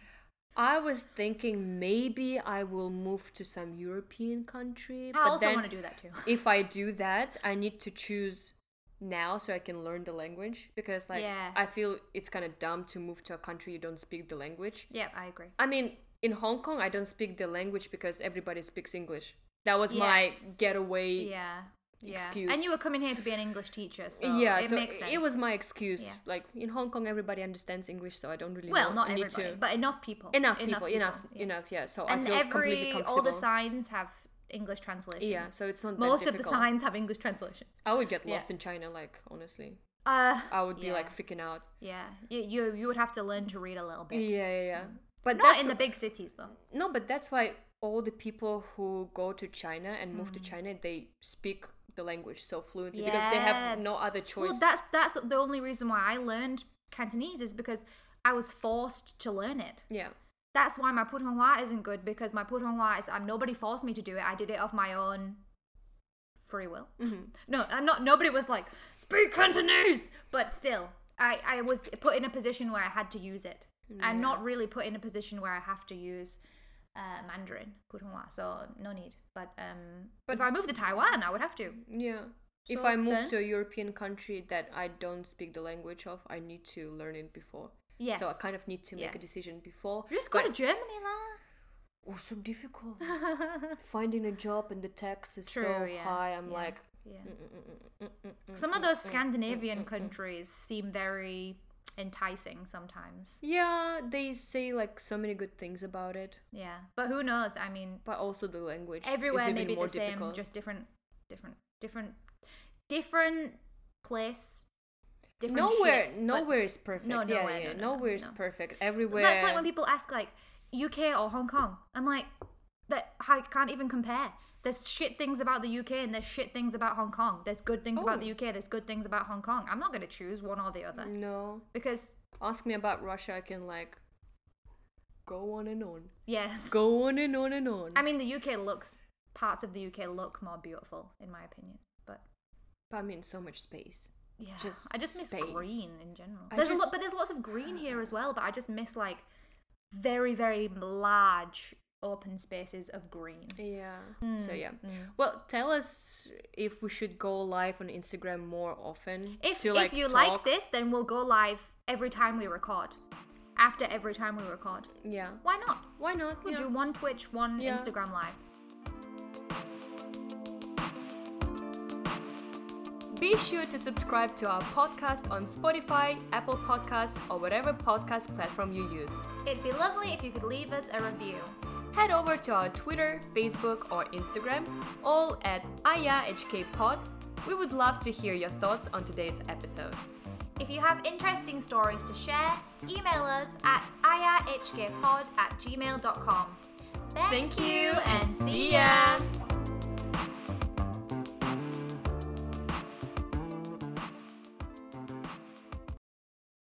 [SPEAKER 1] I was thinking maybe I will move to some European country.
[SPEAKER 2] I
[SPEAKER 1] but
[SPEAKER 2] also
[SPEAKER 1] then
[SPEAKER 2] want to do that too.
[SPEAKER 1] if I do that, I need to choose now so I can learn the language because like
[SPEAKER 2] Yeah.
[SPEAKER 1] I feel it's kind of dumb to move to a country you don't speak the language.
[SPEAKER 2] yeah, I agree.
[SPEAKER 1] I mean, in Hong Kong, I don't speak the language because everybody speaks English. That was my
[SPEAKER 2] Yes.
[SPEAKER 1] getaway.
[SPEAKER 2] Yeah. Yeah.
[SPEAKER 1] E Excuse.
[SPEAKER 2] And you were coming here to be an English teacher, so
[SPEAKER 1] yeah,
[SPEAKER 2] it
[SPEAKER 1] so
[SPEAKER 2] makes sense.
[SPEAKER 1] it was my excuse.
[SPEAKER 2] Yeah.
[SPEAKER 1] Like in Hong Kong, everybody understands English, so I don't really
[SPEAKER 2] well,
[SPEAKER 1] know-
[SPEAKER 2] not
[SPEAKER 1] need
[SPEAKER 2] everybody,
[SPEAKER 1] to.
[SPEAKER 2] but enough people.
[SPEAKER 1] Enough people, enough,
[SPEAKER 2] yeah.
[SPEAKER 1] enough. Yeah, so I
[SPEAKER 2] And
[SPEAKER 1] feel completely
[SPEAKER 2] every
[SPEAKER 1] comfortable.
[SPEAKER 2] all the signs have English translations.
[SPEAKER 1] Yeah, so it's not that
[SPEAKER 2] Most of the
[SPEAKER 1] difficult.
[SPEAKER 2] signs have English translations.
[SPEAKER 1] I would get
[SPEAKER 2] Yeah.
[SPEAKER 1] lost in China, like honestly,
[SPEAKER 2] Uh,
[SPEAKER 1] I would be
[SPEAKER 2] yeah.
[SPEAKER 1] like freaking out.
[SPEAKER 2] Yeah, you, you you would have to learn to read a little
[SPEAKER 1] Yeah,
[SPEAKER 2] bit.
[SPEAKER 1] yeah, yeah. But
[SPEAKER 2] Mm. Not
[SPEAKER 1] that's
[SPEAKER 2] in the big cities though.
[SPEAKER 1] no, but that's why all the people who go to China and move to
[SPEAKER 2] Mm.
[SPEAKER 1] China, they speak the language so fluently because they have
[SPEAKER 2] Yeah.
[SPEAKER 1] no other choice.
[SPEAKER 2] Well, that's that's the only reason why I learned Cantonese is because I was forced to learn it.
[SPEAKER 1] yeah,
[SPEAKER 2] That's why my Putonghua isn't good because my Putonghua is um, nobody forced me to do it. I did it of my own free will.
[SPEAKER 1] Mm-hmm.
[SPEAKER 2] No, I'm not. Nobody was like speak Cantonese, but still, I I was put in a position where I had to use it. I'm not really put in a position where I have to use uh, Mandarin, Putonghua, so no need. But um, but if I moved to Taiwan, I would have to.
[SPEAKER 1] yeah. if
[SPEAKER 2] So
[SPEAKER 1] I move
[SPEAKER 2] then-
[SPEAKER 1] to a European country that I don't speak the language of, I need to learn it before.
[SPEAKER 2] Yes.
[SPEAKER 1] So I kind of need to make a
[SPEAKER 2] Yes.
[SPEAKER 1] decision before.
[SPEAKER 2] You just go
[SPEAKER 1] but-
[SPEAKER 2] to Germany, lah.
[SPEAKER 1] Oh, so difficult. Finding a job and the tax is so
[SPEAKER 2] True, yeah,
[SPEAKER 1] high. I'm
[SPEAKER 2] yeah.
[SPEAKER 1] like,
[SPEAKER 2] Yeah.
[SPEAKER 1] mm,
[SPEAKER 2] Some of those Scandinavian countries seem very enticing sometimes.
[SPEAKER 1] yeah, they say like so many good things about it,
[SPEAKER 2] Yeah, but who knows? I mean,
[SPEAKER 1] but also the language is
[SPEAKER 2] everywhere
[SPEAKER 1] even
[SPEAKER 2] may be
[SPEAKER 1] more
[SPEAKER 2] the same,
[SPEAKER 1] difficult.
[SPEAKER 2] just different, different, different, different place. Different
[SPEAKER 1] nowhere,
[SPEAKER 2] shit, but
[SPEAKER 1] nowhere is perfect.
[SPEAKER 2] No,
[SPEAKER 1] yeah,
[SPEAKER 2] nowhere,
[SPEAKER 1] yeah,
[SPEAKER 2] no, no, no,
[SPEAKER 1] nowhere is
[SPEAKER 2] no.
[SPEAKER 1] perfect. Everywhere.
[SPEAKER 2] That's like when people ask like UK or Hong Kong. I'm like that I can't even compare. There's shit things about the UK and there's shit things about Hong Kong. There's good things about
[SPEAKER 1] Oh.
[SPEAKER 2] the UK, there's good things about Hong Kong. I'm not going to choose one or the other
[SPEAKER 1] No,
[SPEAKER 2] because
[SPEAKER 1] ask me about Russia. I can like go on and on,
[SPEAKER 2] yes.
[SPEAKER 1] go on and on and on.
[SPEAKER 2] I mean the UK looks parts of the UK look more beautiful in my opinion, but
[SPEAKER 1] But I mean, so much space.
[SPEAKER 2] yeah,
[SPEAKER 1] Just
[SPEAKER 2] I just miss
[SPEAKER 1] space.
[SPEAKER 2] green in general.
[SPEAKER 1] I
[SPEAKER 2] There's a
[SPEAKER 1] just-
[SPEAKER 2] lot, but there's lots of green here as well. But I just miss like very, very large open spaces of green.
[SPEAKER 1] Yeah.
[SPEAKER 2] Hmm,
[SPEAKER 1] So yeah. Well, tell us if we should go live on Instagram more often.
[SPEAKER 2] If,
[SPEAKER 1] to,
[SPEAKER 2] if you like
[SPEAKER 1] talk.
[SPEAKER 2] this, then we'll go live every time we record. After every time we record.
[SPEAKER 1] yeah.
[SPEAKER 2] Why not?
[SPEAKER 1] Why not?
[SPEAKER 2] We'll
[SPEAKER 1] Yeah.
[SPEAKER 2] do one Twitch, one
[SPEAKER 1] Yeah.
[SPEAKER 2] Instagram live.
[SPEAKER 1] Be sure to subscribe to our podcast on Spotify, Apple Podcasts, or whatever podcast platform you use.
[SPEAKER 2] It'd be lovely if you could leave us a review.
[SPEAKER 1] Head over to our Twitter, Facebook, or Instagram, all at ayahhkpod. We would love to hear your thoughts on today's episode.
[SPEAKER 2] If you have interesting stories to share, email us at irhkpod at gmail.com. Thank,
[SPEAKER 1] Thank you and see ya!